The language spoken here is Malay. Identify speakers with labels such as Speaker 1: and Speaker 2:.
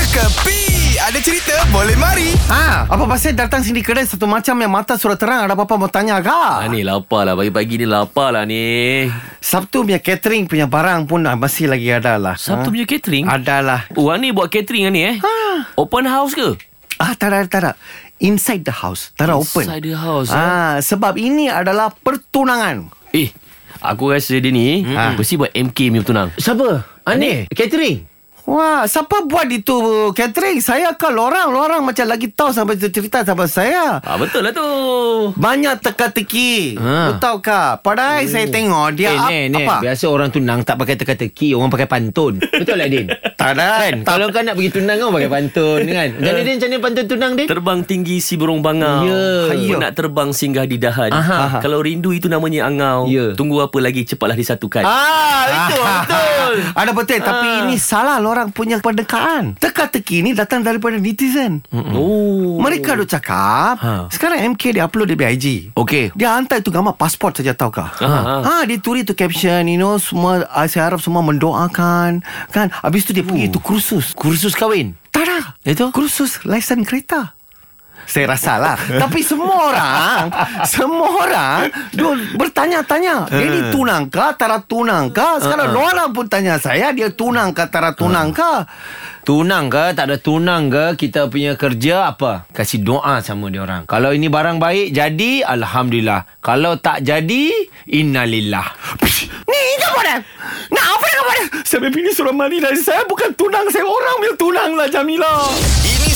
Speaker 1: Kepi Ada cerita boleh mari
Speaker 2: Ha, apa pasal datang sini kedai satu macam yang mata surat terang ada apa-apa mau tanya
Speaker 3: Ah,
Speaker 2: kah?
Speaker 3: ni lapar lah Pagi-pagi ni lapar lah ni
Speaker 2: Sabtu punya catering punya barang pun ah, masih lagi ada lah.
Speaker 3: Sabtu punya catering
Speaker 2: Ha? Ada lah.
Speaker 3: Wah ni buat catering lah ni eh
Speaker 2: Ha.
Speaker 3: Open house ke?
Speaker 2: Ah, tak ada, tak ada. Inside the house. Tak ada open.
Speaker 3: Inside the house,
Speaker 2: Ah, sebab ini adalah pertunangan.
Speaker 3: Eh Aku rasa dia ni
Speaker 2: Hmm.
Speaker 3: ha. Mesti buat MK punya tunang
Speaker 4: Siapa? Ani? Ah, Catering?
Speaker 2: Wah, siapa buat itu uh, catering? Saya kan lorang, lorang macam lagi tahu sampai cerita sama saya.
Speaker 3: ah, Betul lah tu
Speaker 2: Banyak teka-teki. Ha.
Speaker 4: Ha.
Speaker 2: Tahu kah? Padahal saya tengok dia
Speaker 4: eh,
Speaker 2: ap-
Speaker 4: Nen, Nen.
Speaker 2: apa?
Speaker 4: Biasa orang tunang tak pakai teka-teki, orang pakai pantun. Betul lah, Din?
Speaker 2: Tak ada kan?
Speaker 4: Kalau kau nak pergi tunang kau pakai pantun kan. Jadi Din macam mana pantun tunang
Speaker 2: Eh?
Speaker 4: Din?
Speaker 3: Terbang tinggi si burung bangau
Speaker 4: Ya.
Speaker 3: Hayuh. Nak terbang singgah di dahan
Speaker 4: Aha.
Speaker 3: Kalau rindu itu namanya angau
Speaker 4: Ya.
Speaker 3: Tunggu apa lagi cepatlah disatukan
Speaker 2: Ah, itu
Speaker 3: Ah.
Speaker 2: betul. Ada betul tapi ini salah lah orang punya pendekaan. Teka-teki ini datang daripada netizen.
Speaker 3: Oh
Speaker 2: Mereka duk cakap
Speaker 3: Ha.
Speaker 2: Sekarang MK dia upload dia punya IG
Speaker 3: Okey.
Speaker 2: Dia hantar itu gambar pasport saja tahu kah
Speaker 3: Ha, ha.
Speaker 2: Ah, Dia tulis tu caption You know semua ah, Saya harap semua mendoakan Kan Habis tu dia pergi itu kursus
Speaker 4: Kursus kahwin.
Speaker 2: Tak ada
Speaker 4: Itu?
Speaker 2: Kursus lesen kereta saya rasa lah Tapi semua orang Semua orang Dia bertanya-tanya
Speaker 4: Eh.
Speaker 2: Dia ni tunang ke Tara tunang ke Sekarang uh orang pun tanya saya Dia tunang ke Tara tunang ke
Speaker 4: Eh. Tunang ke tak ada tunang ke kita punya kerja apa? Kasih doa sama dia orang. Kalau ini barang baik jadi alhamdulillah. Kalau tak jadi innalillah.
Speaker 2: Ni ke bodoh Nak apa nak bodoh Saya punya bini suruh mandi dari saya Bukan tunang Saya orang punya tunang lah Jamila
Speaker 1: Ini